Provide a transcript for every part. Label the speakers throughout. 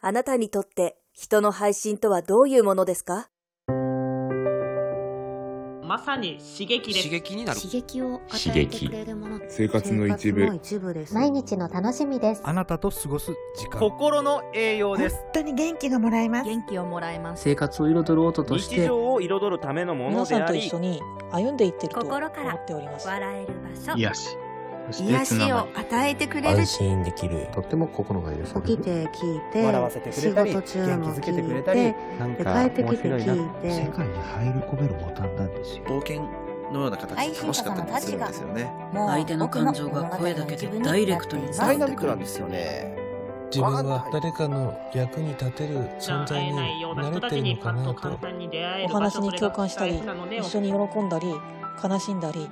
Speaker 1: あなたにとって人の配信とはどういうものですか
Speaker 2: まさに刺激です
Speaker 3: 刺激になる
Speaker 4: 刺激を
Speaker 5: 刺
Speaker 4: 与えて
Speaker 5: 激
Speaker 4: くれるもの
Speaker 6: 生活の一部
Speaker 4: です
Speaker 7: 毎日の楽しみです
Speaker 8: あなたと過ごす時間
Speaker 9: 心の栄養
Speaker 10: 本
Speaker 9: です
Speaker 10: 当に元気がもらえます
Speaker 11: 元気をもらえます
Speaker 12: 生活を彩る音とし
Speaker 3: 日
Speaker 12: て
Speaker 3: 常を彩るためのもの
Speaker 10: 皆
Speaker 3: で
Speaker 10: さん
Speaker 3: あ
Speaker 10: と
Speaker 3: り
Speaker 10: 一緒に歩んでいってると思
Speaker 11: 心から
Speaker 10: っております
Speaker 11: 笑える場所
Speaker 13: 癒しそして
Speaker 11: 癒
Speaker 13: つな
Speaker 11: し
Speaker 13: が
Speaker 11: を与えてくれる
Speaker 14: 心できる
Speaker 12: とっても心が許される
Speaker 4: て聞い
Speaker 9: 笑わせてくれたり元気づけてくれたり
Speaker 12: なん
Speaker 4: で
Speaker 12: か
Speaker 4: 帰って
Speaker 12: 面
Speaker 4: きて
Speaker 12: 白いな
Speaker 4: 聞いて
Speaker 12: 世界に入り込めるボタンなんですよ
Speaker 15: 冒険のような形で楽しかったりもするんですよね
Speaker 7: 相手の感情が声だけでダイレクトに
Speaker 15: ダイナミックなんですよね
Speaker 14: 自分は誰かの役に立てる存在に慣れてるのかなと
Speaker 10: お話に共感したり一緒に喜んだり悲しんだり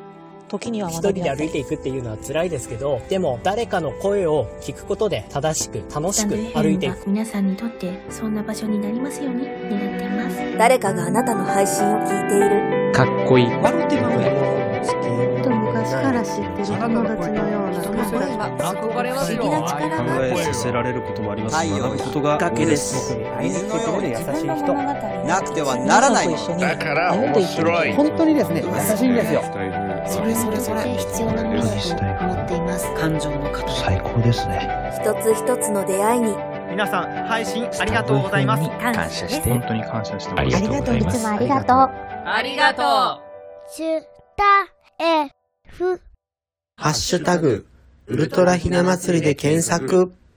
Speaker 10: 時には
Speaker 16: 一
Speaker 10: 学
Speaker 16: 人
Speaker 10: び
Speaker 16: で
Speaker 10: 合った
Speaker 16: 歩いて
Speaker 10: り
Speaker 16: いくっていうのは辛いですけど、でも誰かの声を聞くことで正しく楽しく歩いていく。
Speaker 4: 皆さんにとってそんな場所になりますように願っています
Speaker 1: 誰かがあなたの配信を聞いている。
Speaker 12: かっこいい
Speaker 3: 悪手のね
Speaker 4: と昔から知ってる友達のような感覚
Speaker 3: 憧れますよ
Speaker 1: 不思議な力
Speaker 13: 考えさせられることもありますし学ぶことが
Speaker 15: 崖です
Speaker 9: 水のように優しい
Speaker 7: 自分の
Speaker 9: 人
Speaker 7: 物語を
Speaker 15: なくてはならない
Speaker 10: 皆さんと一緒に
Speaker 6: だから
Speaker 10: 歩
Speaker 6: 面
Speaker 10: んでいってる
Speaker 6: 白い
Speaker 9: 本当にですね優しいんですよ
Speaker 15: それそれそれ
Speaker 4: 必要なものだと思っています
Speaker 7: 感情の形
Speaker 12: 最高ですね
Speaker 1: 一つ一つの出会いに
Speaker 9: 皆さん配信ありがとうございます
Speaker 11: 感謝して
Speaker 13: 本当に感謝してます
Speaker 5: ありがとうござい
Speaker 7: い
Speaker 5: ま
Speaker 7: つ
Speaker 5: す
Speaker 7: もありがとう
Speaker 2: ありがと
Speaker 4: 中大 F
Speaker 15: ハッシュタグウルトラひな祭りで検索